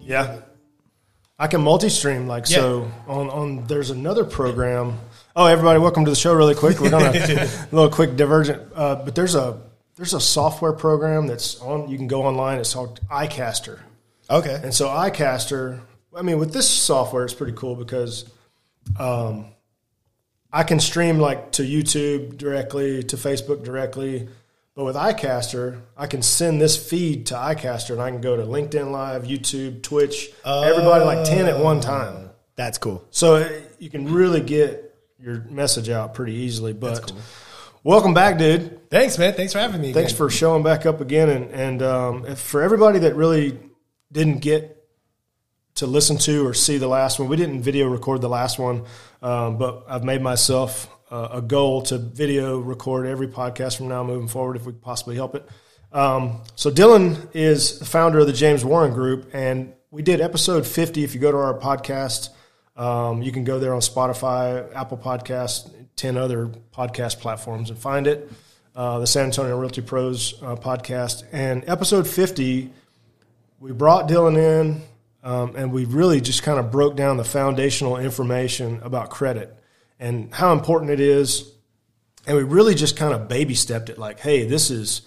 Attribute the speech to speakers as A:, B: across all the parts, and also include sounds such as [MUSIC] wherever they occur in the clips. A: Yeah. I can multi-stream like
B: Yeah.
A: so on on there's another program. Oh, everybody, welcome to the show really quick. We're going to a little quick divergent uh, but there's a there's a software program that's on you can go online it's called iCaster.
B: Okay.
A: And so iCaster, I mean with this software it's pretty cool because um I can stream like to YouTube directly, to Facebook directly, but with iCaster, I can send this feed to iCaster and I can go to LinkedIn Live, YouTube, Twitch, everybody like 10 at one time.
B: That's cool.
A: So it, you can really get your message out pretty easily. But welcome back, dude.
B: Thanks, man. Thanks for having me.
A: Thanks for showing back up again. And, and um, if- for everybody that really didn't get to listen to or see the last one, we didn't video record the last one, um, but I've made myself uh, a goal to video record every podcast from now moving forward if we could possibly help it. Um, so Dylan is the founder of the James Warren Group, and we did episode 50. If you go to our podcast, um, you can go there on Spotify, Apple Podcasts, 10 other podcast platforms and find it. Uh, the San Antonio Realty Pros uh, podcast. And episode 50, we brought Dylan in um, and we really just kind of broke down the foundational information about credit and how important it is. And we really just kind of baby stepped it like, hey, this is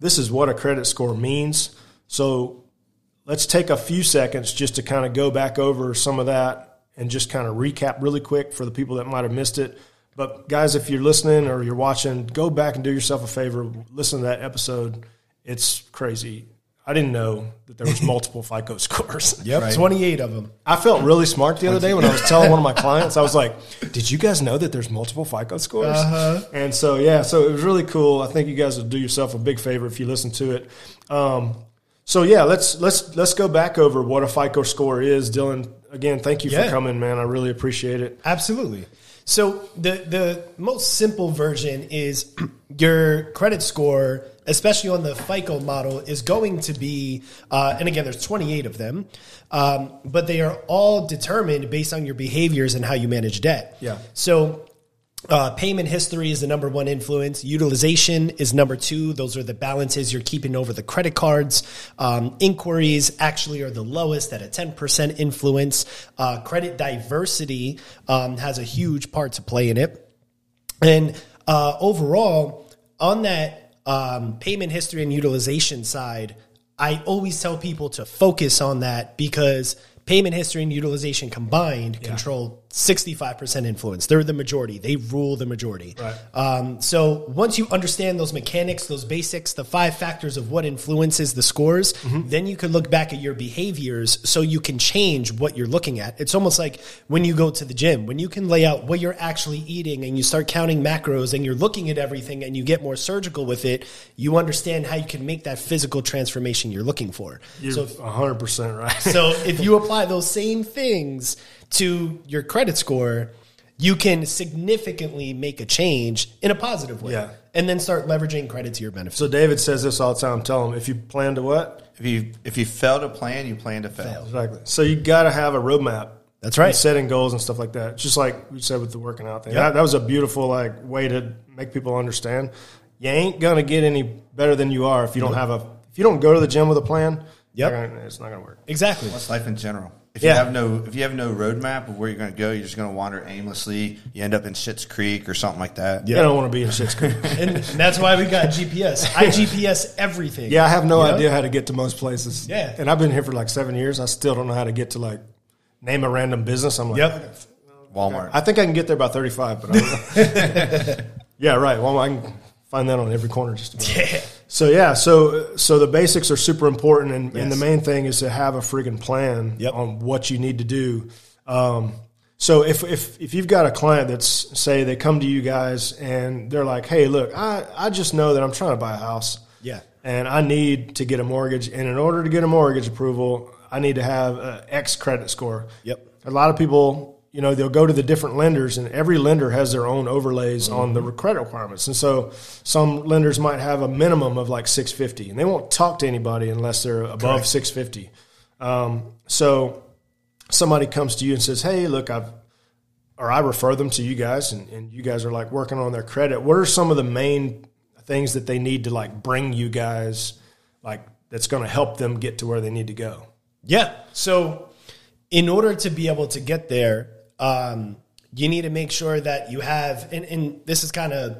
A: this is what a credit score means. So let's take a few seconds just to kind of go back over some of that and just kind of recap really quick for the people that might have missed it. But guys, if you're listening or you're watching, go back and do yourself a favor. Listen to that episode. It's crazy. I didn't know that there
B: [LAUGHS]
A: was multiple FICO scores.
B: Yep. 28 of them.
A: I felt really smart the other day when I was telling one of
B: [LAUGHS]
A: my clients. I was like, "Did you guys know that there's multiple FICO scores?"
B: Uh-huh.
A: And so, yeah, so it was really cool. I think you guys will do yourself a big favor if you listen to it. Um, so, yeah, let's let's let's go back over what a FICO score is, Dylan. Again, thank you
B: Yeah.
A: for coming, man. I really appreciate it.
B: Absolutely. So the the most simple version is [CLEARS THROAT] your credit score, especially on the FICO model, is going to be, uh, and again, there's 28 of them, um, but they are all determined based on your behaviors and how you manage debt.
A: Yeah.
B: So uh, payment history is the number one influence. Utilization is number two. Those are the balances you're keeping over the credit cards. Um, inquiries actually are the lowest at a 10% influence. Uh, credit diversity um, has a huge part to play in it. And uh, overall, on that um, payment history and utilization side, I always tell people to focus on that because payment history and utilization combined control 65% influence. They're the majority, they rule the majority.
A: Right.
B: Um, so once you understand those mechanics, those basics, the five factors of what influences the scores, then you can look back at your behaviors so you can change what you're looking at. It's almost like when you go to the gym, when you can lay out what you're actually eating and you start counting macros and you're looking at everything and you get more surgical with it, you understand how you can make that physical transformation you're looking for.
A: You're
B: so
A: 100 percent right. [LAUGHS]
B: so if you apply those same things to your credit score, you can significantly make a change in a positive way.
A: Yeah.
B: And then start leveraging credit to your benefit.
A: So David says this all the time. Tell him if you plan to what
C: If you if you fail to plan, you plan to fail.
A: exactly. So you got to have a roadmap.
B: That's right.
A: and setting goals and stuff like that. Just like we said with the working out thing. That, that was a beautiful like way to make people understand. You ain't gonna get any better than you are if you don't have a if you don't go to the gym with a plan.
B: Yep.
A: you're gonna- it's not gonna work.
B: Exactly.
C: It's life in general. If
A: Yeah.
C: you have no if you have no roadmap of where you're going to go, you're just going to wander aimlessly. You end up in Shit's Creek or something like that.
A: I don't want to be in shit's
B: [LAUGHS]
A: creek.
B: And that's why we got GPS. I GPS everything.
A: yeah, I have no
B: You know?
A: idea how to get to most places.
B: Yeah.
A: and I've been here for like seven years. I still don't know how to get to like name a random business. I'm like,
B: Yep. [LAUGHS]
C: Walmart.
A: I think I can get there by 35, but I don't know.
B: [LAUGHS]
A: [LAUGHS] yeah, right. Well, I can find that on every corner just about. So yeah, so so the basics are super important, and, and the main thing is to have a friggin' plan
B: Yep.
A: on what you need to do. Um, so if, if if you've got a client that's say they come to you guys and they're like, hey, look, I I just know that I'm trying to buy a house,
B: Yeah.
A: and I need to get a mortgage, and in order to get a mortgage approval, I need to have a X credit score.
B: Yep.
A: A lot of people, you know, they'll go to the different lenders, and every lender has their own overlays on the credit requirements. And so some lenders might have a minimum of like 650, and they won't talk to anybody unless they're above 650. Um, so somebody comes to you and says, Hey, look, I've, or I refer them to you guys, and, and you guys are like working on their credit. What are some of the main things that they need to like bring you guys, like that's going to help them get to where they need to go?
B: Yeah. So, in order to be able to get there, um, you need to make sure that you have, and, and this is kind of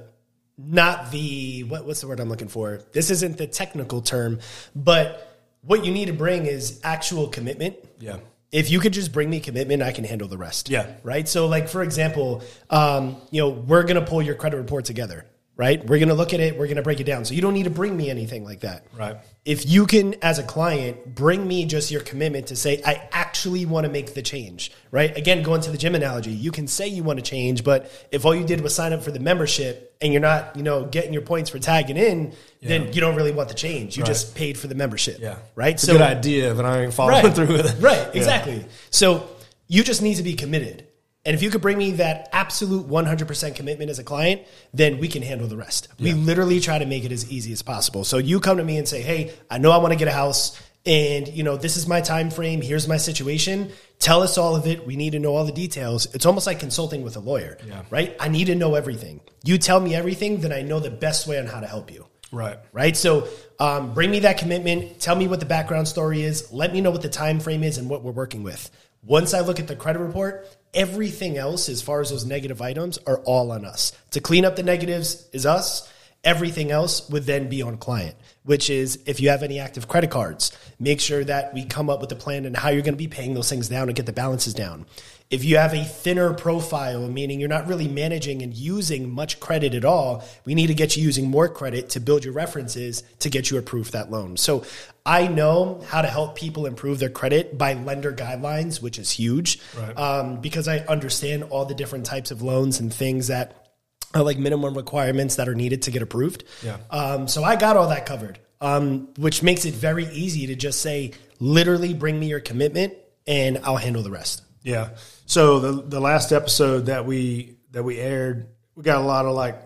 B: not the what, what's the word I'm looking for. This isn't the technical term, but what you need to bring is actual commitment.
A: Yeah.
B: If you could just bring me commitment, I can handle the rest.
A: Yeah.
B: Right. So, like for example, um, you know, we're gonna pull your credit report together. Right. We're gonna look at it. We're gonna break it down. So you don't need to bring me anything like that
A: Right.
B: if you can as a client bring me just your commitment to say i actually want to make the change right again going to the gym analogy you can say you want to change but if all you did was sign up for the membership and you're not you know getting your points for tagging in then you don't really want the change you
A: Right.
B: just paid for the membership
A: Yeah.
B: right
A: It's a good idea, but I ain't following [LAUGHS]
B: right.
A: through with it.
B: Right,
A: Yeah.
B: exactly. So you just need to be committed. And if you could bring me that absolute 100% commitment as a client, then we can handle the rest. We literally try to make it as easy as possible. So you come to me and say, "Hey, I know I want to get a house and you know, this is my time frame, here's my situation. Tell us all of it. We need to know all the details." It's almost like consulting with a lawyer,
A: Yeah.
B: right? I need to know everything. You tell me everything, then I know the best way on how to help you
A: Right.
B: right so um, bring me that commitment tell me what the background story is let me know what the time frame is and what we're working with once i look at the credit report everything else as far as those negative items are all on us to clean up the negatives is us everything else would then be on client which is if you have any active credit cards make sure that we come up with a plan and how you're going to be paying those things down and get the balances down if you have a thinner profile, meaning you're not really managing and using much credit at all, we need to get you using more credit to build your references to get you approved that loan. So I know how to help people improve their credit by lender guidelines, which is huge,
A: Right.
B: um, because I understand all the different types of loans and things that are like minimum requirements that are needed to get approved.
A: Yeah.
B: Um, so I got all that covered, um, which makes it very easy to just say, literally bring me your commitment and I'll handle the rest.
A: Yeah. So the the last episode that we that we aired, we got a lot of like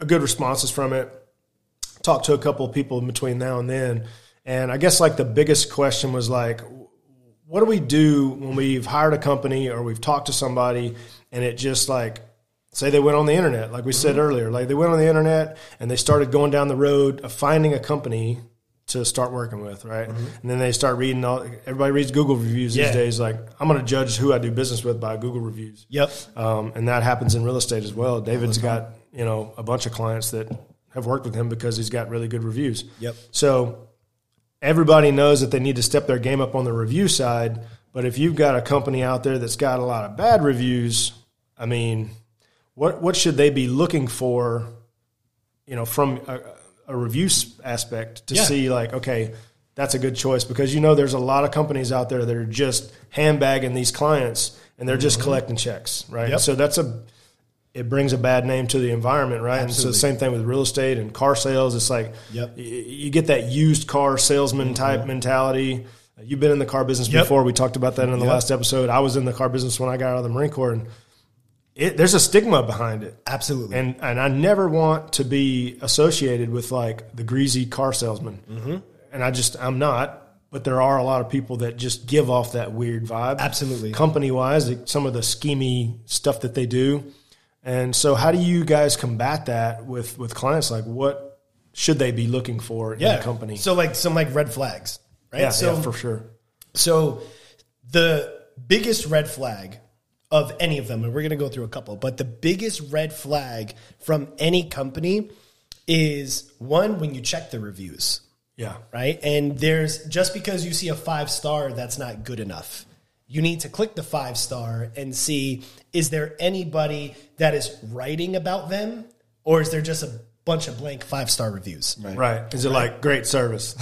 A: a good responses from it. Talked to a couple of people in between now and then, and I guess like the biggest question was like, what do we do when we've hired a company or we've talked to somebody and it just like say they went on the internet like we said earlier like they went on the internet and they started going down the road of finding a company to start working with right and then they start reading all everybody reads google reviews
B: Yeah.
A: these days like i'm going to judge who i do business with by google reviews
B: Yep.
A: um, and that happens in real estate as well david's got you know a bunch of clients that have worked with him because he's got really good reviews
B: Yep.
A: so everybody knows that they need to step their game up on the review side. But if you've got a company out there that's got a lot of bad reviews, I mean, what what should they be looking for? You know, from a, a review s- aspect to
B: Yeah.
A: see like, okay, that's a good choice because you know there's a lot of companies out there that are just handbagging these clients and they're just collecting checks, right?
B: Mm-hmm. Yep.
A: So that's a it brings a bad name to the environment, right? And so the same thing with real estate and car sales. It's like
B: Yep. Mm-hmm.
A: y- you get that used car salesman type mentality. You've been in the car business
B: Yep.
A: before. We talked about that in the last episode. I was in the car business when I got out of the Marine Corps, and it, there's a stigma behind it.
B: Absolutely.
A: And and I never want to be associated with like the greasy car salesman. Mm-hmm. And I just I'm not. But there are a lot of people that just give off that weird vibe.
B: Absolutely.
A: Company wise, some of the schemy stuff that they do. And so, how do you guys combat that with with clients? Like, what should they be looking for in a company?
B: So um, like some like red flags, right?
A: yeah,
B: so
A: yeah, for sure.
B: so the biggest red flag of any of them, and we're gonna go through a couple, but the biggest red flag from any company is one when you check the reviews.
A: Yeah,
B: right? And there's just because you see a five star, that's not good enough. You need to click the five star and see is there anybody that is writing about them, or is there just a bunch of blank five star reviews? Right,
A: right. Is it like great service?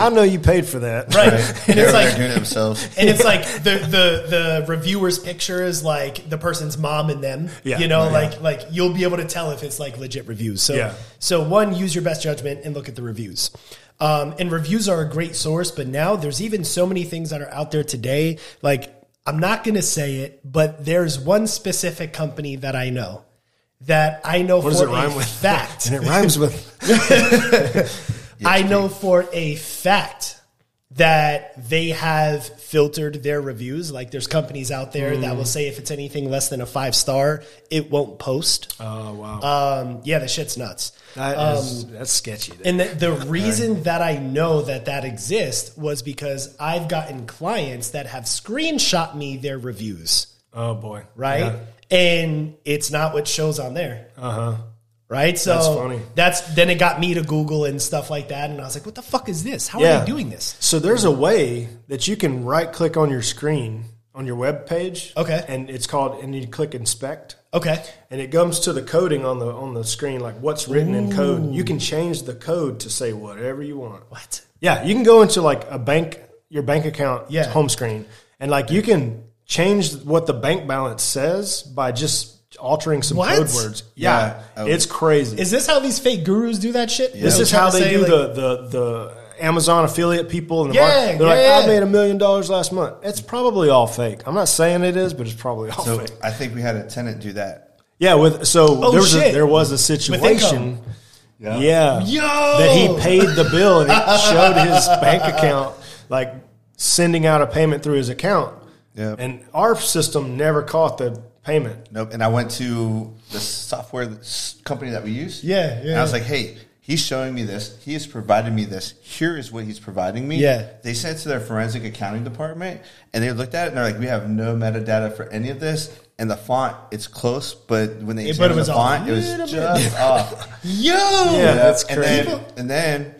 A: [LAUGHS] I know you paid for that. [LAUGHS]
B: right, and
C: They're,
B: it's
C: they're
B: like
C: doing it themselves.
B: and it's like the the the reviewer's picture is like the person's mom and them.
A: Yeah. Oh,
B: you know,
A: Yeah.
B: like like you'll be able to tell if it's like legit reviews. So
A: Yeah.
B: so one, use your best judgment and look at the reviews. Um, and reviews are a great source, but now there's even so many things that are out there today. Like I'm not going to say it, but there's one specific company that I know that I know
A: does
B: for
A: it
B: a
A: rhyme with? [LAUGHS]
B: fact.
A: And it rhymes with
B: I know for a fact that they have filtered their reviews. Like there's companies out there that
A: Mm.
B: will say if it's anything less than a five star, it won't post.
A: Oh wow,
B: Um, yeah, the shit's nuts. Um,
A: That is- that's sketchy.
B: And the, the reason that I know that that exists was because I've gotten clients that have screenshot me their reviews,
A: oh boy,
B: right?
A: Yeah. Uh-huh.
B: And it's not what shows on there. Uh huh. Right? So
A: That's funny.
B: that's then it got me to Google and stuff like that. And I was like, what the fuck is this? How are
A: Yeah.
B: they doing this?
A: So there's a way that you can right click on your screen on your web page.
B: Okay.
A: And it's called and you click inspect.
B: Okay.
A: And it comes to the coding on the on the screen, like what's written in code. You can change the code to say whatever you want.
B: What?
A: Yeah, you can go into like a bank your bank account
B: Yeah.
A: home screen and like you can change what the bank balance says by just altering some
B: What?
A: code words. Yeah.
C: Yeah. Oh.
A: It's crazy.
B: Is this how these fake gurus do that shit?
A: This is how they do the, the the Amazon affiliate people. And the market-
B: Yeah,
A: they're
B: yeah,
A: like,
B: yeah.
A: I made a million dollars last month. It's probably all fake. I'm not saying it is, but it's probably all
C: So
A: fake.
C: I think we had a tenant do that.
A: Yeah, with so there was a,
B: Oh, shit.
A: there was a situation.
C: Yeah.
A: Yeah,
B: Yo!
A: that he paid the bill and
B: [LAUGHS]
A: it showed his bank account like sending out a payment through his account.
C: Yep.
A: and our system never caught the payment.
C: Nope. And I went to the software s- company that we use.
B: Yeah, yeah.
C: And I was like, hey, he's showing me this. He has provided me this. Here is what he's providing me.
B: Yeah.
C: They sent it to their forensic accounting department and they looked at it and they're like, we have no metadata for any of this. And the font, it's close, but when they
B: Yeah, but it
C: examined
B: was
C: the
B: a
C: font, it was
B: little bit- [LAUGHS]
C: just off.
B: Yo!
A: Yeah, that's
C: and
A: crazy.
C: Then, and then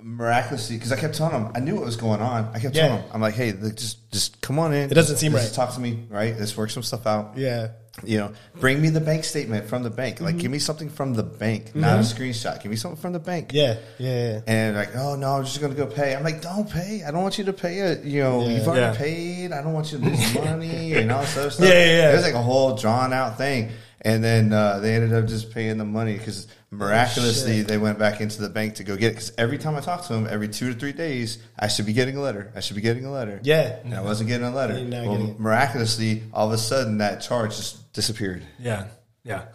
C: miraculously, because I kept telling him, I knew what was going on. I kept
B: Yeah.
C: telling him, I'm like, hey, look, just just come on in. It
B: doesn't seem right.
C: Talk to me, right? Let's work some stuff out.
B: Yeah.
C: You know, bring me the bank statement from the bank. Like,
B: Mm-hmm.
C: give me something from the bank, not a screenshot. Give me something from the bank.
B: Yeah. Yeah.
C: And like, oh no, I'm just gonna go pay. I'm like, don't pay. I don't want you to pay it. You know, you've already
A: Yeah.
C: paid. I don't want you to
B: [LAUGHS]
C: lose money and all this other stuff.
B: Yeah, yeah, yeah.
C: It was like a whole drawn out thing. And then uh, they ended up just paying the money because miraculously they went back into the bank to go get it. Because every time I talked to him, every two to three days, I should be getting a letter. I should be getting a letter.
B: Yeah.
C: And I wasn't getting a letter.
B: You're not
C: Well,
B: getting it.
C: miraculously, all of a sudden that charge just disappeared.
A: Yeah, yeah,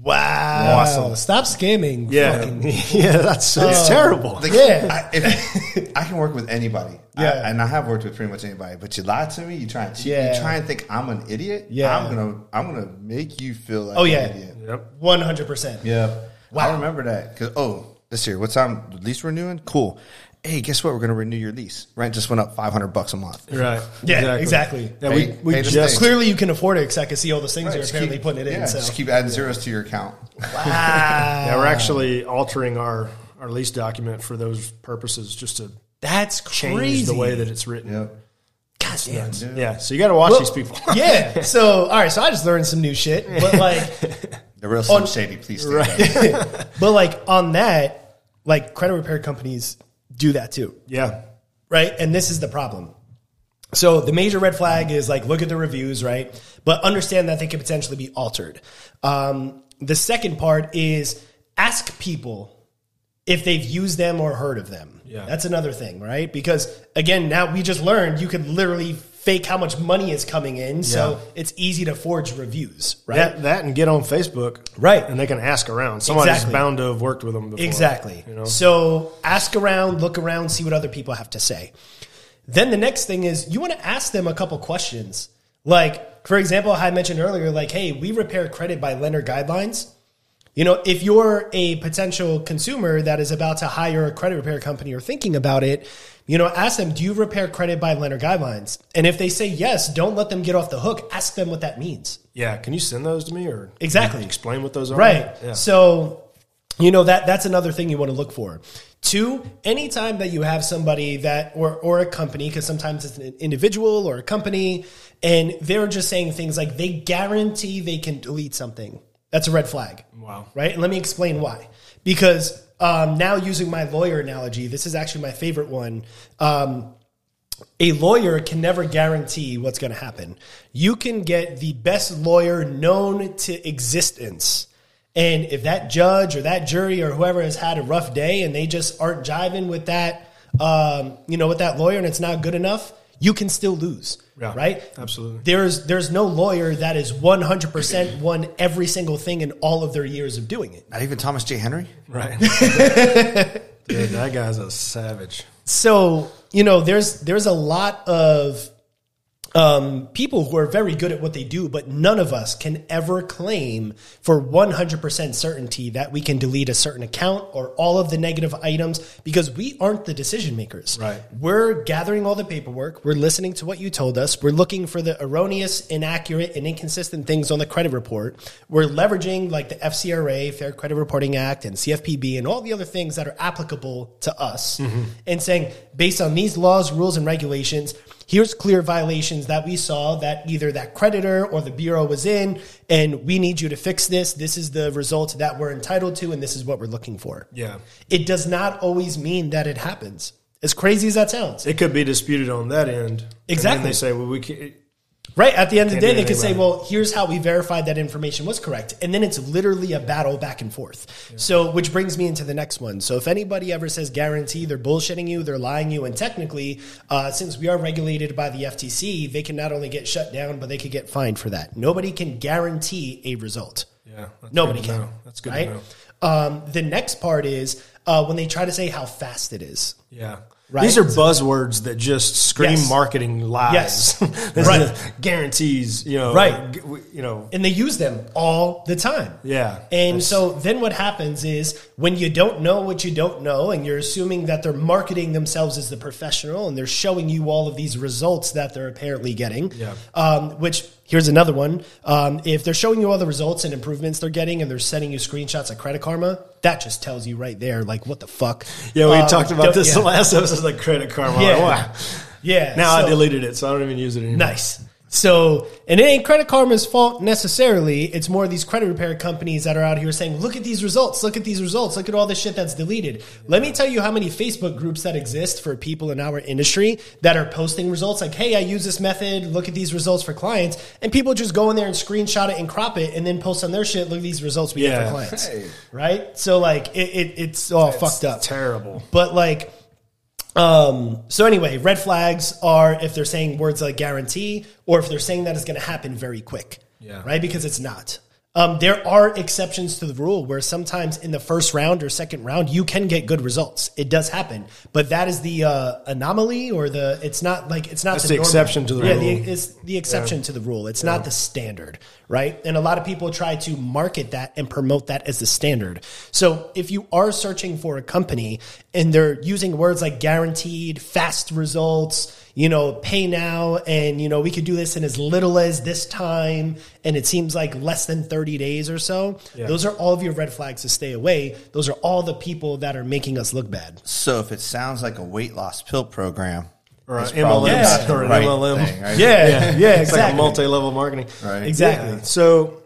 B: Wow.
A: Awesome.
B: Stop scamming.
A: yeah, [LAUGHS]
B: Fucking- Uh,
A: yeah. That's it's terrible.
C: Like,
B: Yeah.
C: I, if, [LAUGHS] I can work with anybody. I-
B: Yeah.
C: and I have worked with pretty much anybody. But you lie to me. You try and cheat.
B: Yeah.
C: You try and think I'm an idiot.
B: Yeah.
C: I'm gonna I'm gonna make you feel like
B: Oh,
C: an
B: yeah.
C: idiot.
A: yep.
B: One hundred percent.
C: Yeah.
B: Wow.
C: I remember that. Cause oh, this year, what time lease renewing? Cool. Hey, guess what? We're gonna renew your lease. Rent just went up five hundred bucks a month.
A: Right.
B: Yeah, exactly.
A: Yeah, we,
C: Pay-
A: we
C: pay to
A: just
C: stay.
B: Clearly, you can afford it because I can see all those things you're
C: Just
B: apparently
C: keep-
B: putting it in.
C: yeah,
B: so
C: just keep adding zeros to your account.
A: yeah,
B: uh,
A: we're actually altering our our lease document for those purposes just to
B: that's
A: change
B: crazy.
A: the way that it's written.
C: Yep.
B: God damn.
A: Yeah. So you got to watch these people. [LAUGHS]
B: [LAUGHS] yeah. So, all right. So I just learned some new shit, but like,
C: The real Slim Shady, please.
B: [LAUGHS]
C: Stay right.
B: but like on that, like credit repair companies do that too.
A: yeah.
B: right? And this is the problem. So the major red flag is like look at the reviews, right? But understand that they could potentially be altered. Um, the second part is ask people if they've used them or heard of them.
A: Yeah.
B: That's another thing, right? Because again, now we just learned you could literally fake how much money is coming in, so it's easy to forge reviews, right?
A: That, that and get on Facebook.
B: Right.
A: And they can ask around. Somebody's
B: Exactly.
A: bound to have worked with them before.
B: Exactly.
A: You know?
B: So ask around, look around, see what other people have to say. Then the next thing is you want to ask them a couple questions. Like, for example, I mentioned earlier, like, hey, we repair credit by lender guidelines. You know, if you're a potential consumer that is about to hire a credit repair company or thinking about it, you know, ask them, do you repair credit by lender guidelines? And if they say yes, don't let them get off the hook. Ask them what that means.
A: Yeah. Can you send those to me or
B: Exactly.
A: explain what those are?
B: Right.
A: Yeah.
B: So, you know that that's another thing you want to look for. Two, anytime that you have somebody that or or a company, because sometimes it's an individual or a company, and they're just saying things like they guarantee they can delete something. That's a red flag.
A: Wow.
B: Right. And let me explain why. Because um, now using my lawyer analogy, this is actually my favorite one. Um, a lawyer can never guarantee what's going to happen. You can get the best lawyer known to existence. And if that judge or that jury or whoever has had a rough day and they just aren't jiving with that, um, you know, with that lawyer and it's not good enough, you can still lose.
A: Yeah,
B: right?
A: absolutely.
B: There's there's no lawyer that is 100% won every single thing in all of their years of doing it.
C: Not
B: [LAUGHS]
C: even Thomas J. Henry.
A: Right. Dude, that guy's a savage.
B: So you know, there's there's a lot of um, people who are very good at what they do, but none of us can ever claim for 100% certainty that we can delete a certain account or all of the negative items because we aren't the decision makers.
A: Right.
B: We're gathering all the paperwork. We're listening to what you told us. We're looking for the erroneous, inaccurate, and inconsistent things on the credit report. We're leveraging like the FCRA, Fair Credit Reporting Act, and CFPB, and all the other things that are applicable to us and saying, based on these laws, rules, and regulations, here's clear violations that we saw that either that creditor or the bureau was in and we need you to fix this this is the result that we're entitled to and this is what we're looking for
A: Yeah.
B: it does not always mean that it happens as crazy as that sounds
A: It could be disputed on that end. And
B: Exactly.
A: then they say, well, we can't.
B: right at the end of the
A: Can't
B: day
A: do
B: they could say
A: anything
B: well here's how we verified that information was correct and then it's literally a battle back and forth so which brings me into the next one so if anybody ever says guarantee they're bullshitting you they're lying you and technically uh, since we are regulated by the ftc they can not only get shut down but they could get fined for that nobody can guarantee a result
A: Yeah. that's
B: Nobody
A: good to
B: can.
A: know. That's good
B: right?
A: to know.
B: Um, the next part is uh, when they try to say how fast it is.
A: Yeah.
B: Right.
A: These are buzzwords that just scream
B: Yes.
A: marketing lies.
B: Yes.
A: [LAUGHS] This
B: Right.
A: is guarantees, you know.
B: Right.
A: g- w- You know.
B: And they use them all the time.
A: Yeah.
B: And
A: That's-
B: so then what happens is when you don't know what you don't know, and you're assuming that they're marketing themselves as the professional and they're showing you all of these results that they're apparently getting.
A: Yeah.
B: Um, which here's another one. Um, if they're showing you all the results and improvements they're getting and they're sending you screenshots of Credit Karma, that just tells you right there, like, what the fuck?
A: Yeah, we
B: Um,
A: talked about
B: don't-
A: this the
B: yeah.
A: last episode, like credit karma. I'm
B: Yeah.
A: like, wow.
B: Yeah.
A: Now I
B: so-
A: deleted it, so I don't even use it anymore.
B: Nice. So, and it ain't Credit Karma's fault necessarily. It's more these credit repair companies that are out here saying, look at these results, look at these results, look at all this shit that's deleted. Let me tell you how many Facebook groups that exist for people in our industry that are posting results like, hey, I use this method, look at these results for clients. And people just go in there and screenshot it and crop it and then post on their shit, look at these results we get
A: Yeah.
B: for clients.
C: Hey.
B: Right? So, like, it, it, it's all fucked up.
A: Terrible.
B: But like, um, so anyway, red flags are if they're saying words like guarantee or if they're saying that it's going to happen very quick.
A: Yeah.
B: Right? Because it's not. Um, there are exceptions to the rule where sometimes in the first round or second round you can get good results. It does happen, but that is the uh, anomaly or the it's not like it's not
A: That's the exception to the
B: yeah,
A: rule.
B: it's the exception to the rule. It's not the standard, right? And a lot of people try to market that and promote that as the standard. So if you are searching for a company and they're using words like guaranteed, fast results, you know, pay now, and you know, we could do this in as little as this time, and it seems like less than 30 days or so, those are all of your red flags to stay away. Those are all the people that are making us look bad.
C: So if it sounds like a weight loss pill program,
A: Or
C: it's
A: an
C: probably
A: MLM
C: not the
A: or an
C: right
A: MLM.
C: thing, right?
B: Yeah, [LAUGHS] yeah,
A: It's like multi level marketing.
C: Right.
B: Exactly.
A: Yeah. So,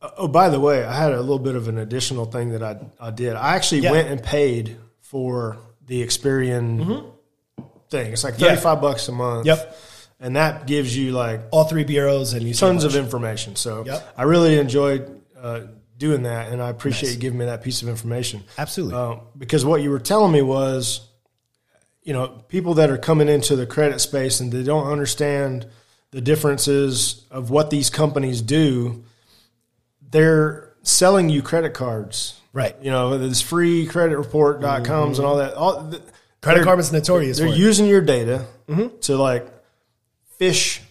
A: uh, oh, by the way, I had a little bit of an additional thing that I, I did. I actually
B: Yeah.
A: went and paid for the Experian thing. It's like
B: Mm-hmm. Yeah.
A: 35 bucks a month.
B: Yep.
A: And that gives you like
B: All three bureaus and you see
A: tons of information. So
B: Yep.
A: I really enjoyed uh, doing that, and I appreciate you giving me that piece of information.
B: Absolutely.
A: Uh, because what you were telling me was, you know, people that are coming into the credit space and they don't understand the differences of what these companies do, they're selling you credit cards.
B: Right.
A: You know, this free credit report.coms and all that. All, th-
B: Credit
A: they're-
B: Karma's notorious.
A: they're
B: for it.
A: using your data
B: Mm-hmm.
A: to like fish,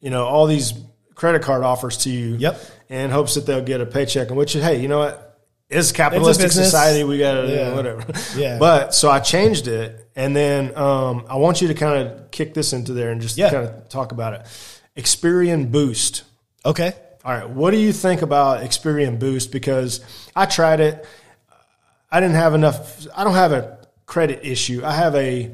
A: you know, all these credit card offers to you.
B: Yep.
A: And hopes that they'll get a paycheck. And which, hey, you know what? It's capitalistic
B: business.
A: society. We got to
B: Yeah.
A: whatever. [LAUGHS]
B: Yeah.
A: But so I changed it, and then um, I want you to kind of kick this into there and just
B: Yeah.
A: kind of talk about it. Experian Boost.
B: okay.
A: All right, what do you think about Experian Boost? Because I tried it, I didn't have enough. I don't have a credit issue. I have a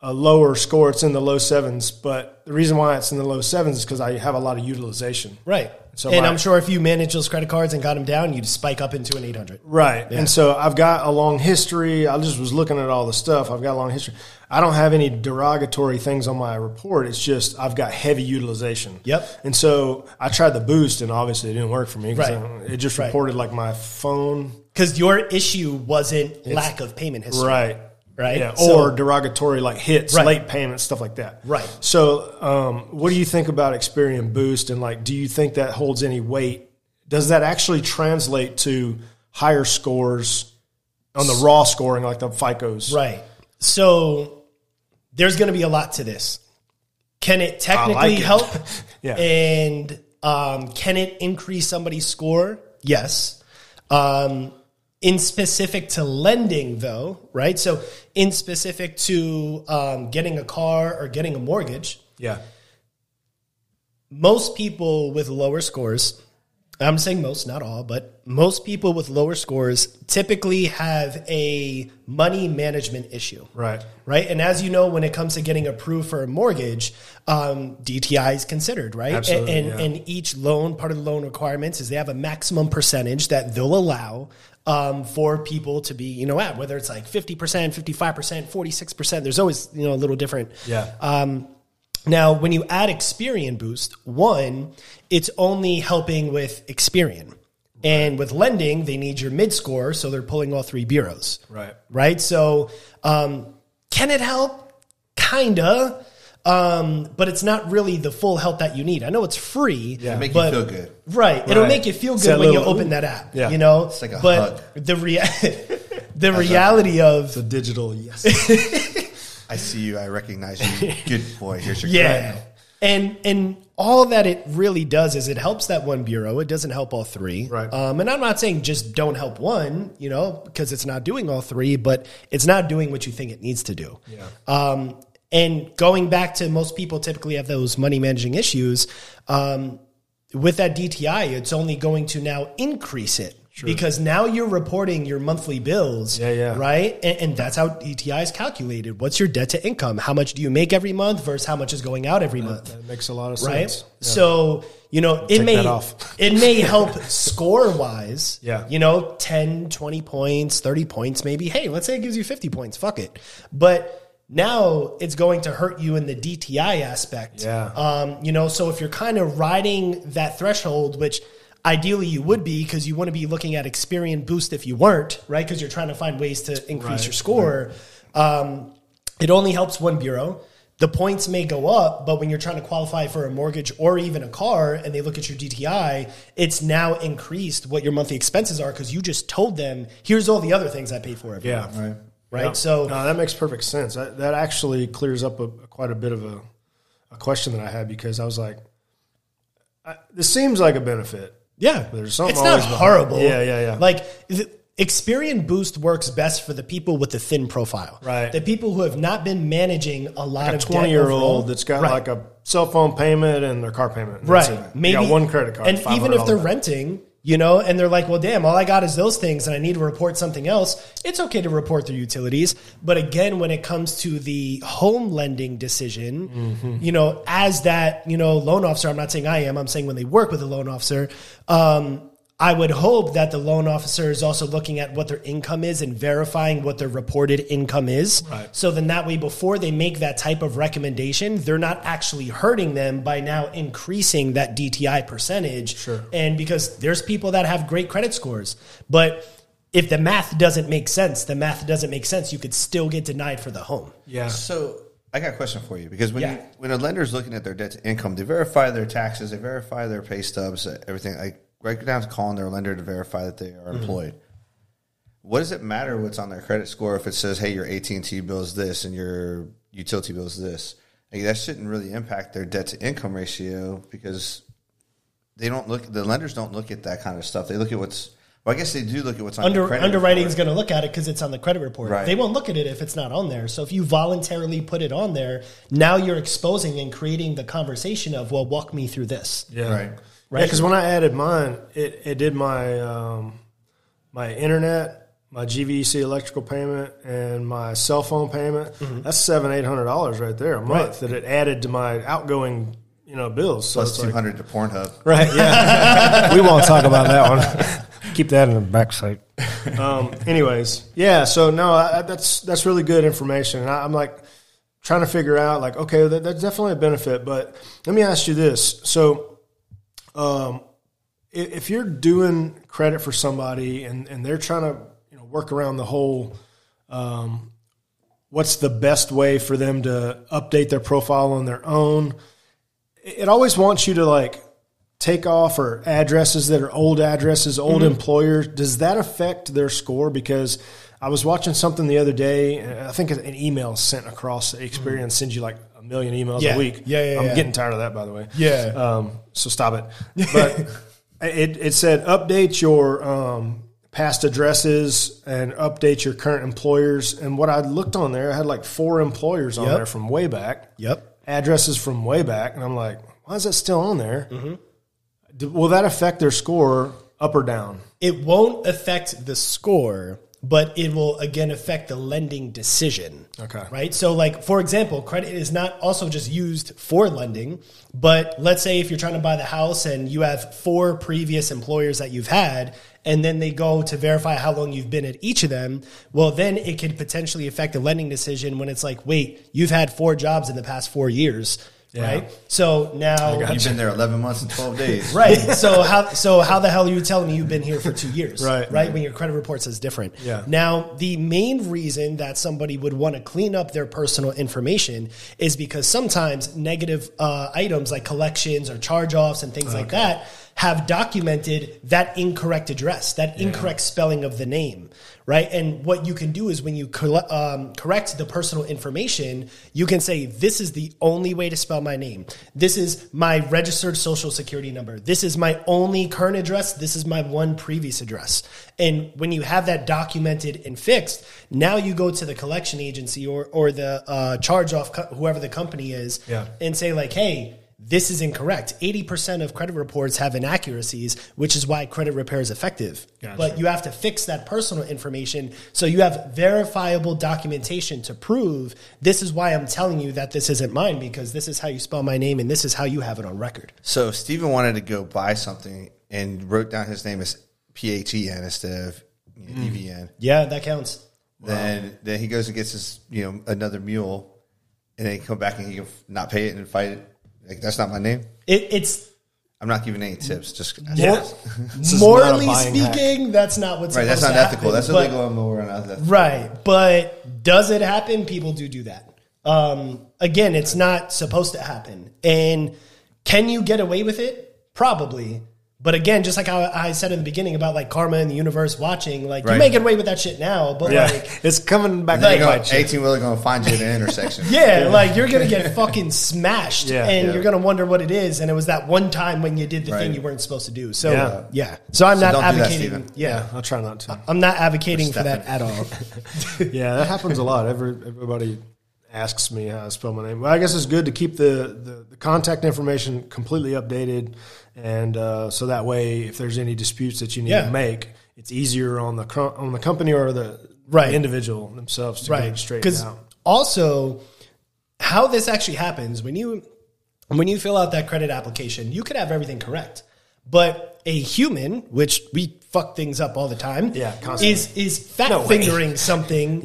A: a lower score. It's in the low sevens, but the reason why it's in the low sevens is because I have a lot of utilization.
B: Right.
A: So
B: and
A: my-
B: I'm sure if you managed those credit cards and got them down, you'd spike up into an 800.
A: Right. And so I've got a long history. I just was looking at all the stuff. I've got a long history. I don't have any derogatory things on my report. It's just I've got heavy utilization.
B: Yep.
A: And so I tried the boost, and obviously it didn't work for me. 'cause
B: Right.
A: I- It just
B: Right.
A: reported like my phone.
B: Because your issue wasn't lack of payment history.
A: Right.
B: Right?
A: Yeah.
B: So-
A: or derogatory like hits,
B: Right.
A: late payments, stuff like that.
B: Right.
A: So, um, what do you think about Experian Boost? And like, do you think that holds any weight? Does that actually translate to higher scores on the raw scoring, like the FICOs?
B: Right. So there's going to be a lot to this. Can it technically
A: it.
B: help?
A: [LAUGHS] Yeah.
B: And um, can it increase somebody's score? Yes. Um, in specific to lending, though, right? So, in specific to um, getting a car or getting a mortgage,
A: Yeah.
B: most people with lower scores, I'm saying most, not all, but most people with lower scores typically have a money management issue.
A: Right.
B: Right. And as you know, when it comes to getting approved for a mortgage, um, DTI is considered, right?
A: Absolutely,
B: and, and,
A: yeah.
B: and each loan, part of the loan requirements is they have a maximum percentage that they'll allow um, for people to be, you know, at whether it's like 50%, 55%, 46%. There's always, you know, a little different.
A: Yeah.
B: Uh, Now, when you add Experian Boost, one, it's only helping with Experian. And with lending, they need your mid score, so they're pulling all three bureaus.
A: Right.
B: Right. So, um, can it help? Kinda. Um, but it's not really the full help that you need. I know it's free. Yeah.
C: Make
B: but,
C: you feel good.
B: Right. It'll
A: Right.
B: make you feel
A: It's
B: good
A: that
B: when you
A: little,
B: open
A: ooh.
B: that app.
A: Yeah.
B: You know?
C: It's like a
B: but
C: hug.
B: the rea- [LAUGHS] the reality of
A: The digital yes.
C: I see you. I recognize you. Good boy. Here's
B: [LAUGHS]
C: your
B: Yeah.
C: credit.
B: And and all that it really does is it helps that one bureau. It doesn't help all three.
A: Right.
B: Um, and I'm not saying just don't help one, you know, because it's not doing all three, but it's not doing what you think it needs to do. Yeah. Um, and going back to most people typically have those money managing issues. Um, with that DTI, it's only going to now increase it because now you're reporting your monthly bills.
A: Yeah, yeah.
B: Right. And, and that's how DTI is calculated. What's your debt to income? How much do you make every month versus how much is going out every month?
A: that makes a lot of
B: Right.
A: sense.
B: So, you know, it
A: Take
B: may,
A: that off.
B: [LAUGHS] it may help score wise.
A: Yeah.
B: You know, 10, 20 points, 30 points, maybe. Hey, let's say it gives you 50 points. Fuck it. But now it's going to hurt you in the DTI aspect.
A: Yeah.
B: Um, you know, so if you're kind of riding that threshold, which ideally you would be because you want to be looking at Experian Boost if you weren't, right? Because you're trying to find ways to increase your score. Um, it only helps one bureau. The points may go up, but when you're trying to qualify for a mortgage or even a car and they look at your DTI, it's now increased what your monthly expenses are because you just told them, here's all the other things I pay for every
A: Yeah.
B: month,
A: Right.
B: right?
A: Yeah.
B: So,
A: no, that makes perfect sense. That, that actually clears up a, quite a bit of a, a question that I had because I was like, I, this seems like a benefit.
B: Yeah,
A: There's something
B: It's not
A: always behind-
B: horrible.
A: Yeah, yeah, yeah.
B: Like the Experian Boost works best for the people with the thin profile,
A: Right.
B: The people who have not been managing a lot
A: A
B: of debt
A: 20 year
B: overall.
A: old that's got
B: Right.
A: like a cell phone payment and their car payment. and that's
B: right,
A: it.
B: maybe
A: you got one credit card.
B: and even if
A: $500
B: they're
A: back.
B: renting. You know, and they're like, well, damn, all I got is those things, and I need to report something else. It's okay to report their utilities. But again, when it comes to the home lending decision,
A: Mm-hmm.
B: you know, as that, you know, loan officer, I'm not saying I am, I'm saying when they work with a loan officer, um, I would hope that the loan officer is also looking at what their income is and verifying what their reported income is.
A: Right.
B: So then that way, before they make that type of recommendation, they're not actually hurting them by now increasing that DTI percentage.
A: Sure.
B: And because there's people that have great credit scores, but if the math doesn't make sense, the math doesn't make sense, you could still get denied for the home.
A: Yeah.
C: So I got a question for you because when
B: Yeah.
C: you, when a lender's looking at their debt to income, they verify their taxes, they verify their pay stubs, everything. Like right now, it's calling their lender to verify that they
B: Mm-hmm.
C: are employed. What does it matter what's on their credit score if it says, "Hey, your AT and T bill is this and your utility bill is this"? Like, that shouldn't really impact their debt to income ratio because they don't look. The lenders don't look at that kind of stuff. They look at what's. Well, I guess they do look at what's on your
B: Under,
C: credit
B: underwriting is
C: report.
B: going to look at it because it's on the credit report.
C: Right.
B: They won't look at it if it's not on there. So if you voluntarily put it on there, now you're exposing and creating the conversation of, well, walk me through this.
A: Yeah.
C: Right.
A: Right. Because when I added mine, it, it did my um, my internet, my GVC electrical payment, and my cell phone payment. That's seven eight hundred dollars Mm-hmm. right there a month that it added to my outgoing you know bills. So
C: plus
A: it's
C: two
A: like,
C: hundred to Pornhub.
A: right? [LAUGHS] Yeah. we won't talk about that one. Keep that in the back sight. Um, anyways, yeah. So no, I, I- that's that's really good information, and I, I'm like trying to figure out like okay, that, that's definitely a benefit. But let me ask you this: so i- if you're doing credit for somebody and, and they're trying to you know work around the whole um, what's the best way for them to update their profile on their own it it always wants you to like take off or
B: Mm-hmm.
A: addresses that are old addresses old employers does that affect their score because I was watching something the other day. and I think an email sent across Experian sends you like a million emails
B: Mm. Yeah.
A: a week.
B: Yeah, yeah,
A: I'm
B: yeah.
A: getting tired of that, by the way.
B: Yeah.
A: Um, so stop it. But [LAUGHS] it, it said update your um, past addresses and update your current employers. And what I looked on there, I had like four employers on
B: Yep.
A: there from way back.
B: Yep.
A: Addresses from way back, and I'm like, why is that still on there? D- Will that affect their score up or down?
B: It won't affect the score, but it will again affect the lending decision.
A: Okay.
B: Right. So, like for example, credit is not also just used for lending, but let's say if you're trying to buy the house and you have four previous employers that you've had, and then they go to verify how long you've been at each of them. Well, then it could potentially affect the lending decision when it's like, wait, you've had four jobs in the past four years. Right. So now
C: You've been there 11 months and
A: [LAUGHS]
C: 12 days.
B: Right. So how so how the hell are you telling me you've been here for two years?
A: Right.
B: Right. When your credit report says different.
A: Yeah.
B: Now the main reason that somebody would want to clean up their personal information is because sometimes negative uh, items like collections or charge offs and things like that have documented that incorrect address, that incorrect spelling of the name. Right. And what you can do is when you colle- um, correct the personal information, you can say, This is the only way to spell my name. This is my registered social security number. This is my only current address. This is my one previous address. And when you have that documented and fixed, now you go to the collection agency or, or the uh, charge off, co- whoever the company is,
A: Yeah.
B: and say, like, Hey, this is incorrect. 80% of credit reports have inaccuracies, which is why credit repair is effective. But you have to fix that personal information so you have verifiable documentation to prove this is why I'm telling you that this isn't mine because this is how you spell my name and this is how you have it on record.
C: So Steven wanted to go buy something and wrote down his name as P H E N instead of you
A: Hmm.
C: know, EVN.
B: Yeah, that counts.
C: Then then he goes and gets his you know another mule, and then he come back and he can f- not pay it and fight it. Like that's not my name.
B: It, it's
C: I'm not giving any tips. Just
A: [LAUGHS]
B: mor-
A: is
B: morally
A: not a buying hack.
B: speaking, that's not what's
C: right. That's
B: supposed
C: not
B: to
C: ethical.
B: happen,
C: That's
B: but-
C: illegal. I'm over on ethical.
B: Right. But does it happen? People do do that. Um, again, it's not supposed to happen. And can you get away with it? Probably. But again, just like how I said in the beginning about like karma and the universe watching, like you
C: Right.
B: may get away with that shit now, but like
A: it's coming back
B: Like-
A: to
C: Going,
A: bite you.
C: 18 wheeler going to find you at an
A: [LAUGHS]
C: intersection.
B: yeah, like you're gonna get fucking smashed,
A: Yeah.
B: and
A: Yeah.
B: you're gonna wonder what it is. And it was that one time when you did the thing
C: Right.
B: you weren't supposed to do. So
A: Yeah.
B: yeah, so I'm not
C: don't do that,
B: advocating.
C: Steven.
B: yeah,
A: I'll try not to.
B: I'm not advocating for that at all.
A: Yeah, that happens a lot. Every everybody asks me how I spell my name. Well, I guess it's good to keep the the, the contact information completely updated, and uh, so that way, if there's any disputes that you need
B: Yeah.
A: to make, it's easier on the cro- on the company or the
B: Right.
A: individual themselves to get it straightened
B: Because
A: out.
B: also, how this actually happens when you when you fill out that credit application, you could have everything correct, but a human, which we fuck things up all the time,
A: Yeah, constantly.
B: is is fat fingering something,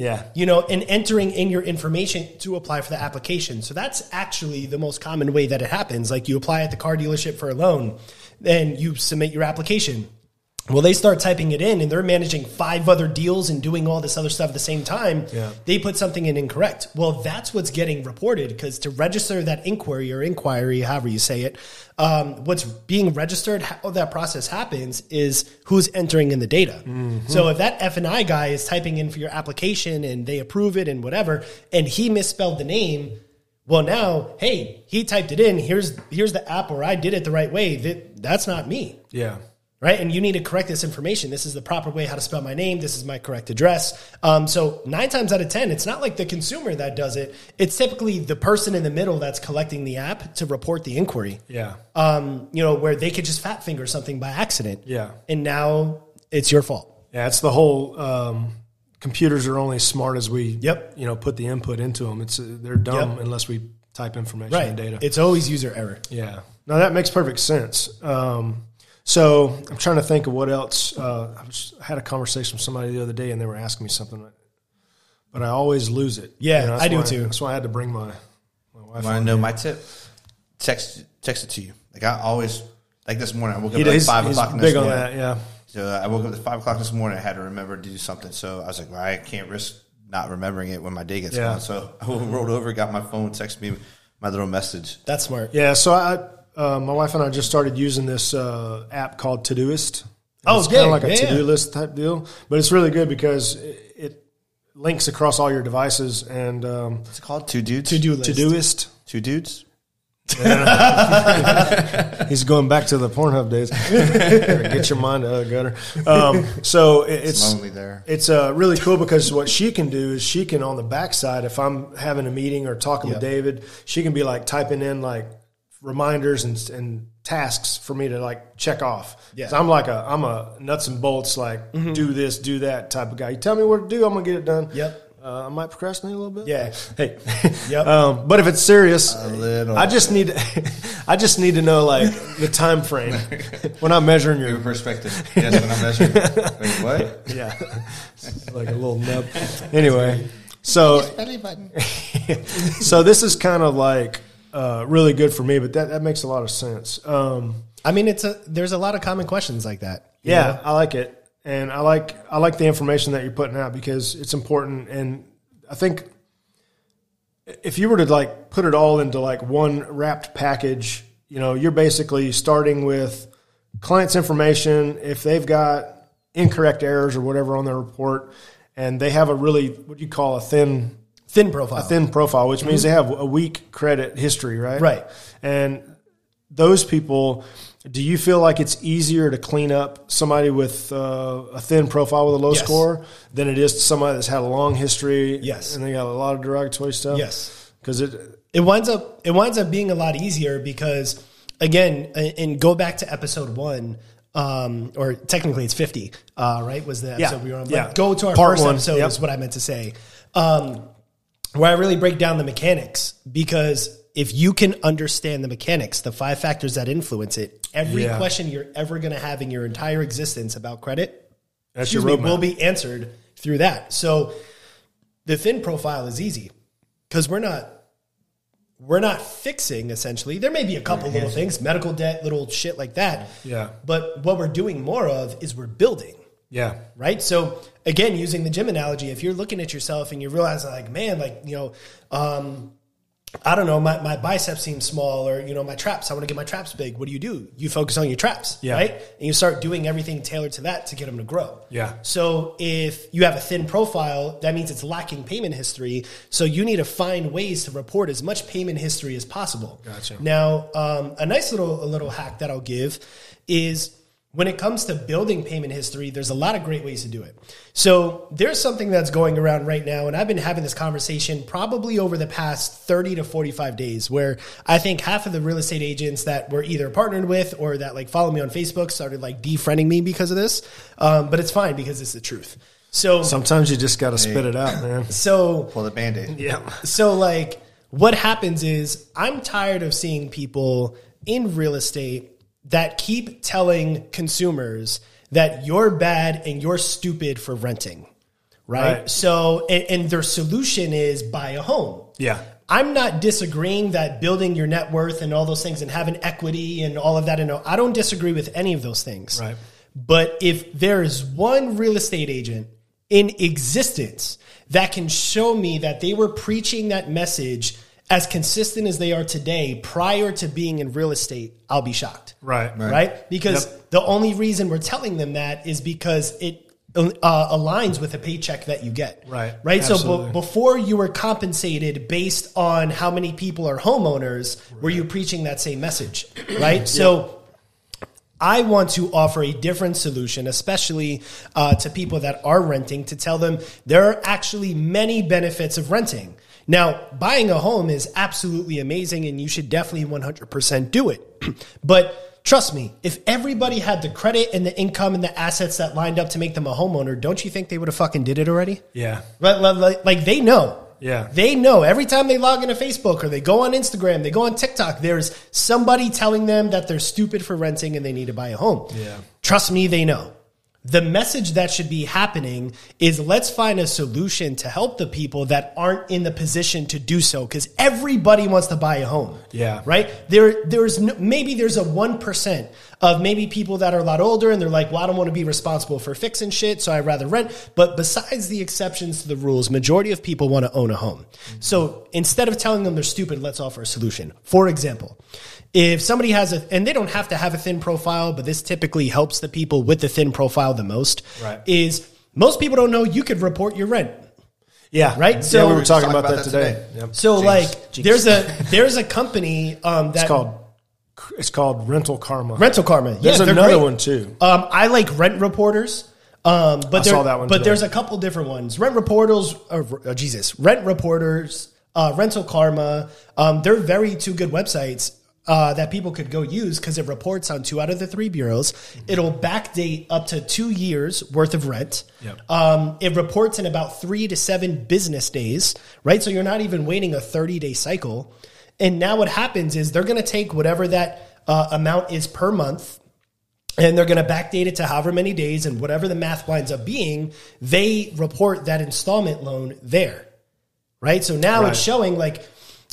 A: [LAUGHS] Yeah.
B: you know, and entering in your information to apply for the application. So that's actually the most common way that it happens. Like you apply at the car dealership for a loan, then you submit your application. Well, they start typing it in and they're managing five other deals and doing all this other stuff at the same time.
A: Yeah.
B: They put something in incorrect. Well, that's what's getting reported because to register that inquiry or inquiry, however you say it, um, what's being registered, how that process happens is who's entering in the data. So if that F and I guy is typing in for your application and they approve it and whatever, and he misspelled the name, well now, hey, he typed it in. Here's here's the app where I did it the right way. That that's not me
A: Yeah,
B: right? And you need to correct this information. This is the proper way how to spell my name. This is my correct address. Um, so nine times out of ten, it's not like the consumer that does it. It's typically the person in the middle that's collecting the app to report the inquiry.
A: yeah,
B: Um, you know, where they could just fat finger something by accident.
A: Yeah.
B: and now it's your fault.
A: yeah. It's the whole. Um, Computers are only as smart as we,
B: Yep.
A: you know, put the input into them. It's uh, they're dumb
B: Yep.
A: unless we type information
B: Right.
A: and data.
B: It's always user error.
A: Yeah. No, that makes perfect sense. Um, so I'm trying to think of what else. Uh, I, was, I had a conversation with somebody the other day, and they were asking me something, but I always lose it.
B: Yeah,
A: that's
B: I do
A: why-
B: too.
A: That's why I had to bring my.
C: Want to know my tip? Text text it to you. Like I always like this morning. I woke up at like
A: he's,
C: five
A: he's
C: o'clock. in this
A: big on
C: morning.
A: that. Yeah.
C: So I woke up at five o'clock this morning. I had to remember to do something. So I was like, well, I can't risk not remembering it when my day gets
A: Yeah.
C: gone. So [LAUGHS] I rolled over, got my phone, texted me my little message.
B: That's smart.
A: Yeah. So I, uh, my wife and I just started using this uh, app called Todoist. And
B: Oh,
A: it's kind
B: yeah,
A: of like a
B: yeah,
A: to-do
B: yeah.
A: list type deal, but it's really good because it, it links across all your devices and um,
C: What's it called? Two dudes.
B: To do list.
A: to doist.
C: Two dudes.
A: He's going back to the Pornhub
B: [LAUGHS]
A: days. Get your mind out of the gutter. Um, so it, it's
C: Lonely there.
A: It's uh, really cool because what she can do is she can on the backside. If I'm having a meeting or talking with David, she can be like typing in like reminders and and tasks for me to like check off.
B: Yeah. Mm-hmm.
A: 'Cause I'm like a I'm a nuts and bolts like do this do that type of guy. You tell me what to do, I'm gonna get it done.
B: Yep.
A: Uh, I might procrastinate a little bit.
B: Yeah.
A: Hey. [LAUGHS]
B: Yep. Uh,
A: Um, but if it's serious,
C: A little.
A: I just need [LAUGHS] I just need to know like the time frame when I'm measuring your
C: Your perspective. Yes, when I'm measuring. [LAUGHS] Wait, what?
A: yeah, It's like a little nub. Anyway, so
C: Belly button.
A: so this is kind of like uh, really good for me, but that, that makes a lot of sense. Um,
B: I mean, it's a there's a lot of common questions like that. you
A: yeah,
B: know?
A: I like it, and I like I like the information that you're putting out because it's important, and I think if you were to like put it all into like one wrapped package, you know, you're basically starting with client's information. If they've got incorrect errors or whatever on their report, and they have a really what do you call a thin
B: thin profile.
A: thin profile, which means they have a weak credit history, right?
B: Right.
A: And those people, do you feel like it's easier to clean up somebody with uh, a thin profile with a low
B: Yes.
A: score than it is to somebody that's had a long history?
B: Yes.
A: And they got a lot of derogatory stuff?
B: Yes.
A: Because it,
B: it winds up it winds up being a lot easier because again a- and go back to episode one um, or technically it's 50 uh, right was the episode
A: Yeah.
B: we were on
A: Yeah.
B: but go to our
A: Part
B: first
A: one.
B: episode
A: Yep.
B: is what i meant to say um, where i really break down the mechanics because if you can understand the mechanics the five factors that influence it every
A: Yeah.
B: question you're ever going to have in your entire existence about credit
A: that's
B: excuse
A: your
B: me,
A: roadmap.
B: will be answered through that. So the thin profile is easy because we're not we're not fixing essentially. There may be a couple little things, medical debt, little shit like that.
A: Yeah.
B: But what we're doing more of is we're building,
A: yeah.
B: right? So again, using the gym analogy, if you're looking at yourself and you realize like, man, like, you know, um, I don't know, my, my biceps seem small or, you know, my traps, I want to get my traps big. What do you do? You focus on your traps,
A: Yeah.
B: right? And you start doing everything tailored to that to get them to grow.
A: Yeah.
B: So if you have a thin profile, that means it's lacking payment history. So you need to find ways to report as much payment history as possible.
A: Gotcha.
B: Now, um, a nice little a little hack that I'll give is when it comes to building payment history, there's a lot of great ways to do it. So there's something that's going around right now, and I've been having this conversation probably over the past 30 to 45 days, where I think half of the real estate agents that were either partnered with or that like follow me on Facebook started like defriending me because of this. Um, but it's fine because it's the truth. So
A: Sometimes you just got to spit it out, man.
B: so
C: Pull the band-aid.
A: yeah.
B: so like what happens is I'm tired of seeing people in real estate that keep telling consumers that you're bad and you're stupid for renting. Right?
A: Right.
B: So and, and their solution is buy a home.
A: [LAUGHS] Yeah.
B: I'm not disagreeing that building your net worth and all those things and having equity and all of that and all- I don't disagree with any of those things.
A: Right.
B: But if there is one real estate agent in existence that can show me that they were preaching that message as consistent as they are today prior to being in real estate, I'll be shocked.
A: Right.
B: Right? Because the only reason we're telling them that is because it uh, aligns with the paycheck that you get.
A: Right.
B: Right. So
A: Absolutely.
B: b- before you were compensated based on how many people are homeowners, were you preaching that same message?
A: [CLEARS THROAT]
B: Right. So. I want to offer a different solution, especially uh, to people that are renting, to tell them there are actually many benefits of renting. Now, buying a home is absolutely amazing and you should definitely 100% do it. [CLEARS THROAT] but trust me, if everybody had the credit and the income and the assets that lined up to make them a homeowner, don't you think they would have fucking did it already?
A: Yeah.
B: Right, li- li- like they know.
A: Yeah.
B: They know every time they log into Facebook or they go on Instagram, they go on TikTok, there's somebody telling them that they're stupid for renting and they need to buy a home.
A: Yeah.
B: Trust me, they know. The message that should be happening is let's find a solution to help the people that aren't in the position to do so because everybody wants to buy a home.
A: Yeah.
B: Right? There, there's no, maybe there's a 1% of maybe people that are a lot older and they're like, well, I don't want to be responsible for fixing shit, so I'd rather rent. But besides the exceptions to the rules, majority of people want to own a home. So instead of telling them they're stupid, let's offer a solution. For example, if somebody has a, and they don't have to have a thin profile, but this typically helps the people with the thin profile the most,
A: Right.
B: is most people don't know you could report your rent.
A: Yeah.
B: Right?
A: So
B: So-
A: we were talking
C: Talk
A: about,
C: about
A: that
C: that
A: today.
C: today.
A: Yep.
B: So
C: Jeez.
B: like, there's a there's a company um, that
A: It's called it's called Rental Karma.
B: Rental Karma.
A: There's
B: yeah, they're
A: another
B: great.
A: one too.
B: Um, I like Rent Reporters. Um, but there-
A: saw that one
B: But
A: today.
B: there's a couple different ones. Rent Reporters. Or, uh, Jesus, Rent Reporters. Uh, Rental Karma. Um, they're very two good websites. Uh, that people could go use because it reports on two out of the three bureaus. It'll backdate up to two years worth of rent. Um, it reports in about three to seven business days, right? So you're not even waiting a 30 day cycle. And now what happens is they're going to take whatever that uh, amount is per month and they're going to backdate it to however many days and whatever the math winds up being they report that installment loan there right so now it's showing like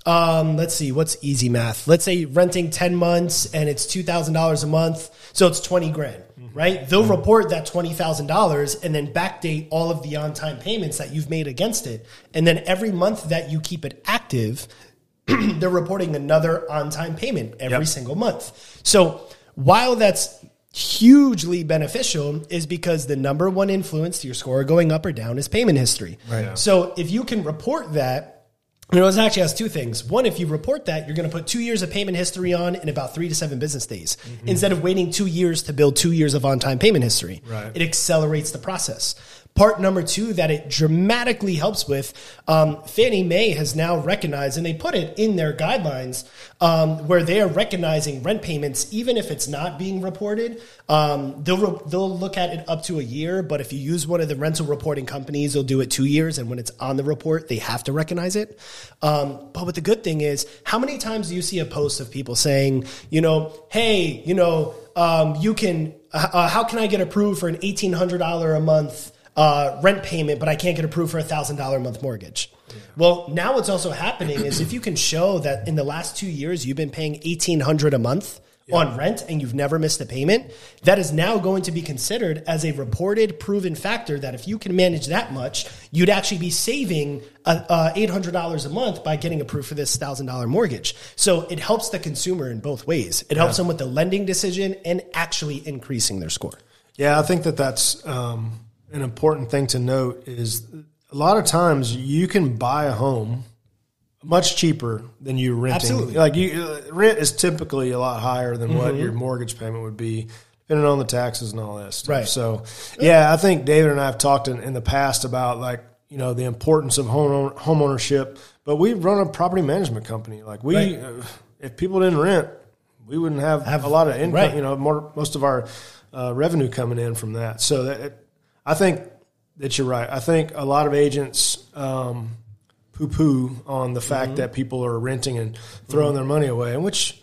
B: um, let's see what's easy math let's say renting 10 months and it's $2000 a month so it's 20 grand right they'll report that $20000 and then backdate all of the on-time payments that you've made against it and then every month that you keep it active [CLEARS THROAT] they're reporting another on-time payment every
A: Yep.
B: single month. So while that's hugely beneficial is because the number one influence to your score going up or down is payment history. Right. So if you can report that, you know, it actually has two things. One, if you report that, you're going to put two years of payment history on in about three to seven business days instead of waiting two years to build two years of on-time payment history.
A: Right.
B: It accelerates the process. Part number two that it dramatically helps with, um, Fannie Mae has now recognized, and they put it in their guidelines, um, where they are recognizing rent payments, even if it's not being reported. Um, they'll re- they'll look at it up to a year, but if you use one of the rental reporting companies, they'll do it two years, and when it's on the report, they have to recognize it. Um, but what the good thing is, how many times do you see a post of people saying, you know, hey, you know, um, you can uh, uh, how can I get approved for an eighteen hundred dollar a month uh, rent payment, but I can't get approved for a thousand dollar a month mortgage? Well, now what's also happening is if you can show that in the last two years you've been paying eighteen hundred a month on rent and you've never missed a payment, that is now going to be considered as a reported proven factor that if you can manage that much, you'd actually be saving uh, uh, $800 a month by getting approved for this $1,000 mortgage. So it helps the consumer in both ways. It helps them with the lending decision and actually increasing their score.
A: Yeah, I think that that's um, an important thing to note is a lot of times you can buy a home much cheaper than you renting.
B: Absolutely. Mm-hmm.
A: Like you uh, rent is typically a lot higher than what your mortgage payment would be depending on the taxes and all that stuff.
B: Right.
A: So, yeah, I think David and I have talked in, in the past about like, you know, the importance of home home ownership, but we run a property management company. Like we
B: Right.
A: uh, if people didn't rent, we wouldn't have,
B: Have-
A: a lot of income,
B: right.
A: you know, more, most of our uh, revenue coming in from that. So that it, I think that you're right. I think a lot of agents um, poo poo on the
B: Mm-hmm.
A: fact that people are renting and throwing their money away, and which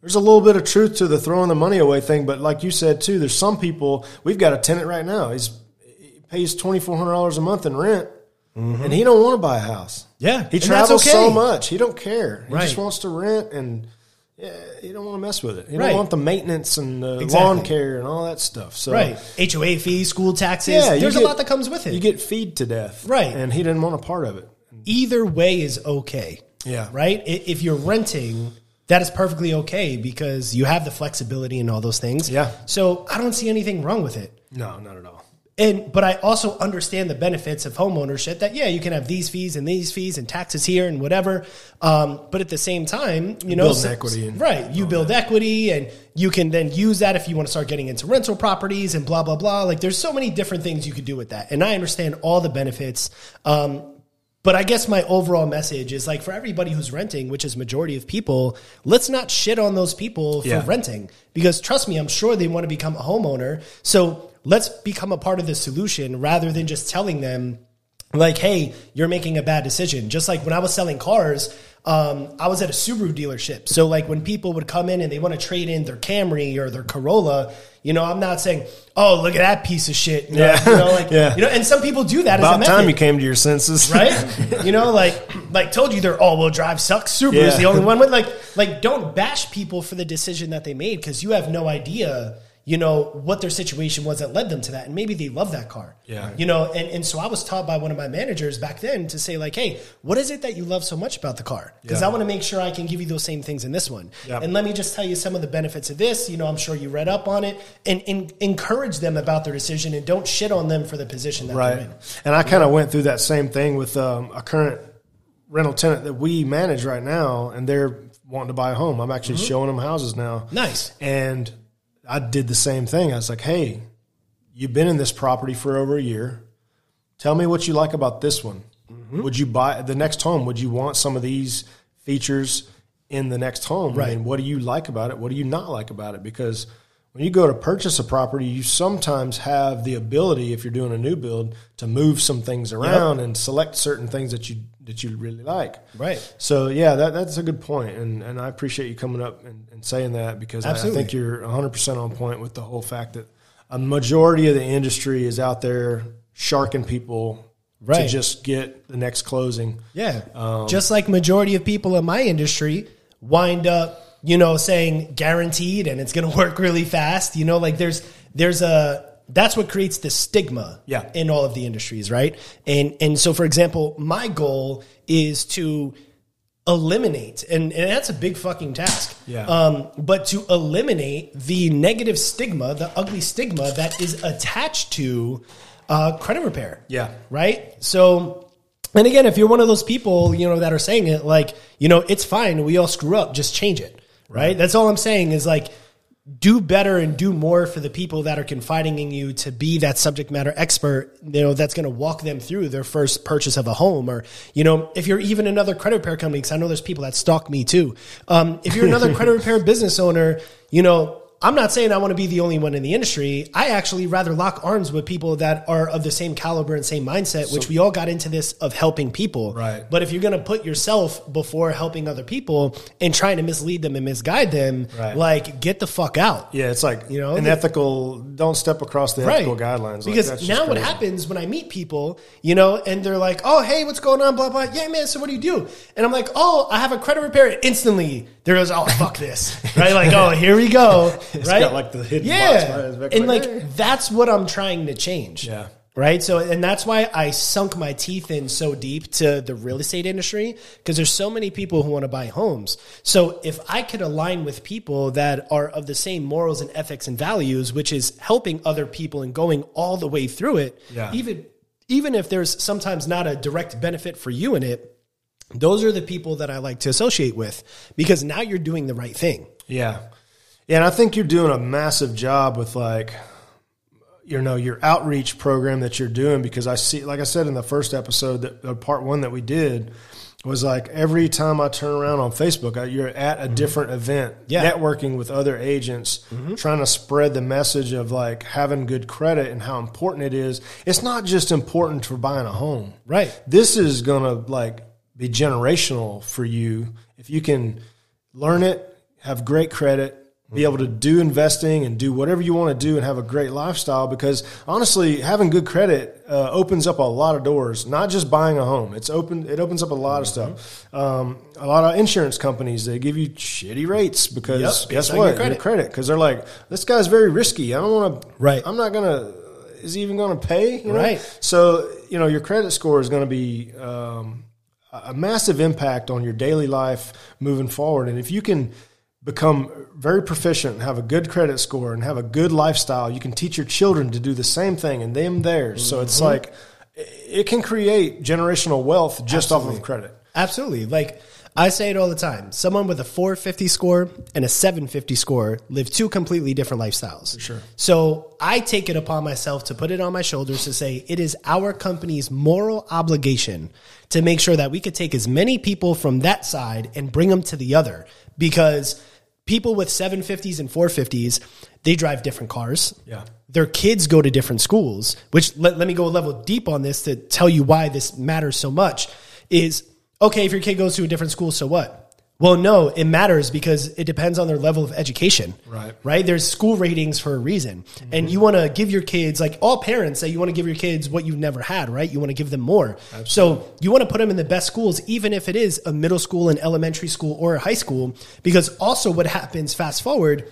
A: there's a little bit of truth to the throwing the money away thing. But like you said too, there's some people. We've got a tenant right now. He's he pays twenty four hundred dollars a month in rent, and he don't want to buy a house.
B: Mm-hmm. Yeah,
A: he
B: and that's
A: travels so
B: okay.
A: much. He don't care. He
B: Right.
A: just wants to rent and. Yeah, you don't want to mess with it. You
B: Right.
A: don't want the maintenance and the
B: Exactly.
A: lawn care and all that stuff. So
B: Right. HOA fees, school taxes,
A: Yeah, you
B: there's a
A: get-
B: lot that comes with it.
A: you get feed to death,
B: Right.
A: And he didn't want a part of it.
B: Either way is okay.
A: Yeah,
B: right? I- If you're renting, that is perfectly okay because you have the flexibility and all those things.
A: Yeah.
B: So I don't see anything wrong with it.
A: No, not at all.
B: And but I also understand the benefits of homeownership. That yeah, you can have these fees and these fees and taxes here and whatever. Um, but at the same time, you know,
A: build
B: so-
A: equity and-
B: right? You build equity, and you can then use that if you want to start getting into rental properties and blah blah blah. Like there's so many different things you could do with that. And I understand all the benefits. Um, but I guess my overall message is like for everybody who's renting, which is majority of people, let's not shit on those people for
A: Yeah.
B: renting because trust me, I'm sure they want to become a homeowner. So let's become a part of the solution rather than just telling them like, hey, you're making a bad decision. Just like when I was selling cars, um, I was at a Subaru dealership. So like when people would come in and they want to trade in their Camry or their Corolla, you know, I'm not saying, oh, look at that piece of shit. You know,
A: Yeah.
B: you know,
A: [LAUGHS]
B: like,
A: Yeah.
B: you know, and some people do that as a
A: About
B: method
A: time you came to your senses,
B: right? [LAUGHS] you know, like like told you their all wheel drive sucks. Subaru's
A: Yeah.
B: the only one with like like don't bash people for the decision that they made because you have no idea. you know, what their situation was that led them to that. And maybe they love that car.
A: Yeah.
B: You know, and, and so I was taught by one of my managers back then to say, like, hey, what is it that you love so much about the car? Because
A: Yeah.
B: I want to make sure I can give you those same things in this one.
A: Yeah.
B: And let me just tell you some of the benefits of this. You know, I'm sure you read up on it and, and encourage them about their decision and don't shit on them for the position that
A: [LAUGHS]
B: they're
A: Right.
B: in.
A: And I kind of went through that same thing with um, a current rental tenant that we manage right now, and they're wanting to buy a home. I'm actually showing them houses now.
B: Mm-hmm. Nice.
A: And I did the same thing. I was like, hey, you've been in this property for over a year. Tell me what you like about this one.
B: Mm-hmm.
A: Would you buy the next home? Would you want some of these features in the next home? Right. And what do you like about it? What do you not like about it? Because when you go to purchase a property, you sometimes have the ability, if you're doing a new build, to move some things around and select certain things that you that you really like.
B: Right.
A: So yeah, that, that's a good point, and and I appreciate you coming up and, and saying that because I- I
B: Absolutely.
A: think you're 100 percent on point with the whole fact that a majority of the industry is out there sharking people to
B: Right.
A: just get the next closing.
B: Yeah.
A: Um,
B: Just like majority of people in my industry wind up, you know, saying guaranteed and it's going to [LAUGHS] work really fast, you know, like there's there's a that's what creates the stigma
A: Yeah.
B: in all of the industries, right? And and so for example, my goal is to eliminate and, and that's a big fucking task.
A: Yeah.
B: Um, but to eliminate the negative stigma, the ugly stigma that is attached to uh, credit repair
A: Yeah.
B: right? So, and again, if you're one of those people, you know, that are saying it, like, you know, it's fine. We all screw up. Just change it, right? That's all I'm saying is like, do better and do more for the people that are confiding in you to be that subject matter expert. You know, that's going to walk them through their first purchase of a home, or you know, if you're even another credit repair company, because I know there's people that stalk me too. Um, if you're another credit repair business owner, you know, I'm not saying I want to be the only one in the industry. I actually rather lock arms with people that are of the same caliber and same mindset, which we all got into this of helping people.
A: Right.
B: But if you're going to put yourself before helping other people and trying to mislead them and misguide them,
A: Right.
B: like get the fuck out.
A: Yeah, it's like
B: You
A: you
B: know,
A: know an
B: the-
A: ethical. Don't step across the
B: Right.
A: ethical guidelines Like,
B: because
A: that's just
B: now what
A: crazy.
B: happens when I meet people, you know, and they're like, "Oh, hey, what's going on?" Blah blah. Yeah, man. So what do you do? And I'm like, "Oh, I have a credit repair." And instantly, there goes, "Oh,
A: [LAUGHS]
B: fuck this!" Right? Like, "Oh, here we go."
A: It's
B: right?
A: got, like, the hidden box
B: yeah.
A: right in the back,
B: and
A: like,
B: like
A: "Hey."
B: that's what I'm trying to change.
A: Yeah.
B: Right. So, and that's why I sunk my teeth in so deep to the real estate industry because there's so many people who want to buy homes. So, if I could align with people that are of the same morals and ethics and values, which is helping other people and going all the way through it,
A: Yeah.
B: even even if there's sometimes not a direct benefit for you in it, those are the people that I like to associate with because now you're doing the right thing.
A: Yeah. Yeah, and I think you're doing a massive job with like you know, your outreach program that you're doing because I see like I said in the first episode that uh, part 1 that we did was like every time I turn around on Facebook, I, you're at a different event,
B: Yeah.
A: networking with other agents, trying to spread the message of like having good credit and how important it is. It's not just important for buying a home
B: Right.
A: this is gonna like be generational for you if you can learn it have great credit be able to do investing and do whatever you want to do and have a great lifestyle because honestly having good credit uh, opens up a lot of doors not just buying a home it's open it opens up a lot
B: Mm-hmm.
A: of stuff um, a lot of insurance companies they give you shitty rates because
B: Yep, based
A: guess
B: on
A: what
B: your credit.
A: your credit because they're like this guy's very risky i don't want to
B: Right.
A: i'm not gonna is he even gonna pay you know?
B: Right.
A: So you know your credit score is going to be um, a a massive impact on your daily life moving forward, and if you can become very proficient, and have a good credit score, and have a good lifestyle, you can teach your children to do the same thing and them theirs. So it's like i- it can create generational wealth just off of credit.
B: Absolutely. Like I say it all the time. Someone with a 450 score and a 750 score live two completely different lifestyles. sure. So I take it upon myself to put it on my shoulders to say it is our company's moral obligation to make sure that we could take as many people from that side and bring them to the other because people with 750s and 450s, they drive different cars
A: Yeah.
B: their kids go to different schools, which let, let me go a level deep on this to tell you why this matters so much is okay, if your kid goes to a different school, so what? Well, no, it matters because it depends on their level of education.
A: Right.
B: Right? There's school ratings for a reason. And you want to give your kids, like all parents say, you want to give your kids what you've never had, right? You want to give them more. So you want to put them in the best schools, even if it is a middle school, an elementary school, or a high school, because also what happens fast forward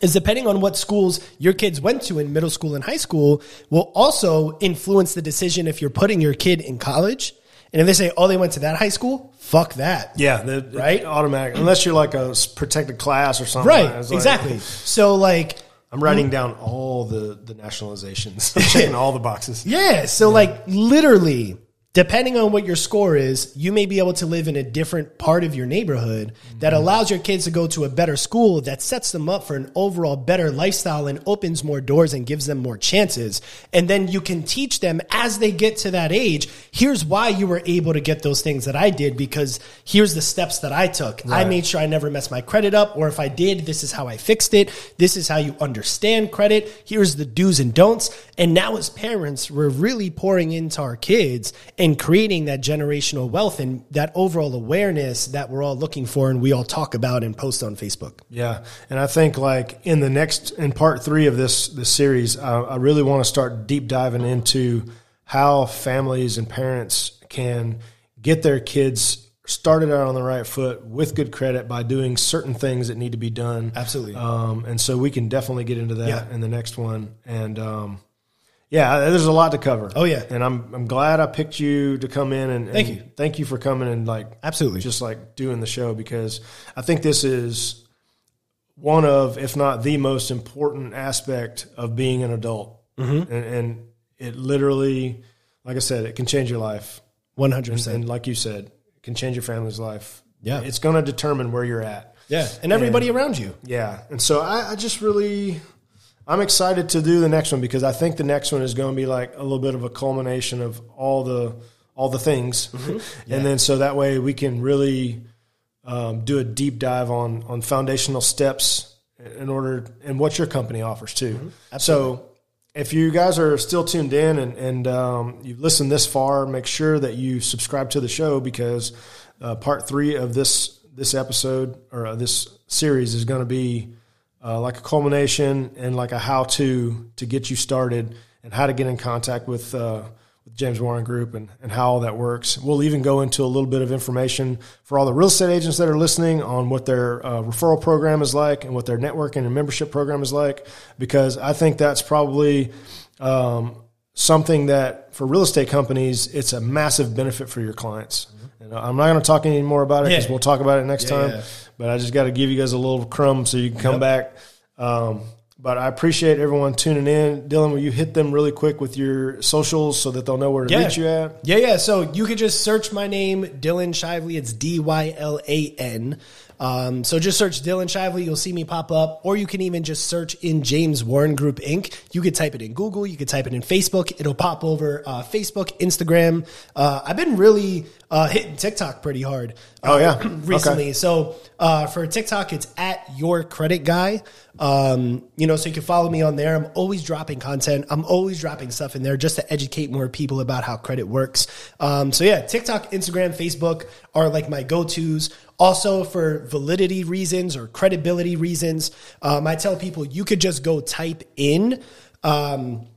B: is depending on what schools your kids went to in middle school and high school will also influence the decision if you're putting your kid in college. And if they say, oh, they went to that high school, fuck that.
A: Yeah, the,
B: Right?
A: Automatic, unless you're like a s- protected class or something.
B: Right,
A: It's like-
B: exactly. So, like,
A: I'm writing down all the the [LAUGHS] nationalizations, I'm checking all the boxes.
B: yeah, so, like, literally, depending on what your score is, you may be able to live in a different part of your neighborhood that allows your kids to go to a better school that sets them up for an overall better lifestyle and opens more doors and gives them more chances. And then you can teach them as they get to that age, here's why you were able to get those things that I did because here's the steps that I took. I made sure I never messed my credit up, or if I did, this is how I fixed it. This is how you understand credit. Here's the do's and don'ts. And now, as parents, we're really pouring into our kids and creating that generational wealth and that overall awareness that we're all looking for and we all talk about and post on Facebook.
A: Yeah, and I think like in the next in part three of this this series, I, I really want to start deep diving into how families and parents can get their kids started out on the right foot with good credit by doing certain things that need to be done.
B: Absolutely.
A: Um, and so we can definitely get into that
B: Yeah.
A: in the next one. And um, yeah, there's a lot to cover.
B: Oh, yeah.
A: and I'm I'm glad I picked you to come in and, and
B: Thank you.
A: thank you for coming and like
B: Absolutely.
A: just like doing the show because I think this is one of, if not the most important aspect of being an adult. And, and it literally, like I said, it can change your life.
B: 100%.
A: And like you said, it can change your family's life.
B: Yeah.
A: It's going to determine where you're at.
B: Yeah. And everybody around you.
A: Yeah. And so I, I just really, I'm excited to do the next one because I think the next one is going to be like a little bit of a culmination of all the all the things, [LAUGHS] and then so that way we can really um, do a deep dive on on foundational steps in order and what your company offers too. So. If you guys are still tuned in and, and um, you've listened this far, make sure that you subscribe to the show because uh, part three of this this episode or uh, this series is going to be uh, like a culmination and like a how to to get you started and how to get in contact with uh, with James Warren Group and, and how all that works. We'll even go into a little bit of information for all the real estate agents that are listening on what their uh, referral program is like and what their networking and membership program is like, because I think that's probably um, something that for real estate companies, it's a massive benefit for your clients. And I'm not going to talk any more about it because
B: Yeah.
A: we'll talk about it next time.
B: yeah.
A: But I just got to give you guys a little crumb so you can come back. Um, but I appreciate everyone tuning in. Dylan, will you hit them really quick with your socials so that they'll know where to reach you at?
B: Yeah, yeah. So you could just search my name, Dylan Shively. It's D Y L A N. Um, so just search Dylan Shively, you'll see me pop up, or you can even just search in James Warren Group Inc. You could type it in Google, you could type it in Facebook, it'll pop over uh, Facebook, Instagram. Uh, I've been really uh, hitting TikTok pretty hard.
A: Oh, yeah.
B: [CLEARS THROAT] recently.
A: Okay.
B: So uh, for TikTok, it's at your credit guy. Um, you know, so you can follow me on there. I'm always dropping content. I'm always dropping stuff in there just to educate more people about how credit works. Um, so yeah, TikTok, Instagram, Facebook are like my go tos. Also for validity reasons or credibility reasons, um, I tell people you could just go type in. Um,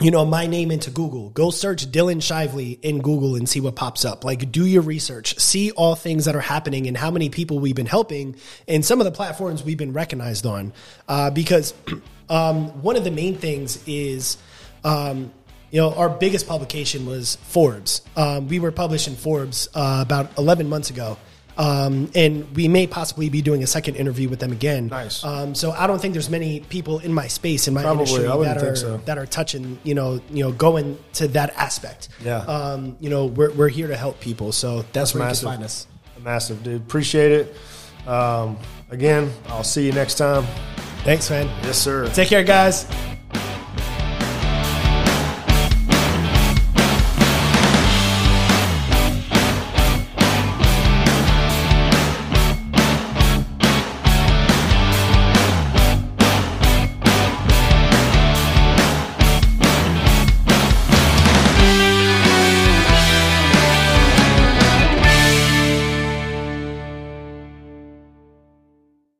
B: you know, my name into Google. Go search Dylan Shively in Google and see what pops up. Like, do your research, see all things that are happening and how many people we've been helping and some of the platforms we've been recognized on. Uh, because [CLEARS THROAT] um, one of the main things is, um, you know, our biggest publication was Forbes. Um, we were published in Forbes uh, about 11 months ago. Um, and we may possibly be doing a second interview with them again.
A: Nice.
B: Um, so I don't think there's many people in my space, in my
A: Probably.
B: industry
A: I wouldn't
B: that
A: think
B: are
A: so.
B: that are touching you know you know going to that aspect
A: Yeah.
B: um you know we're, we're here to help people so that's, where
A: massive.
B: you can find us
A: Massive, dude. Appreciate it. Um, again, I'll see you next time.
B: thanks man
A: Yes, sir.
B: take care guys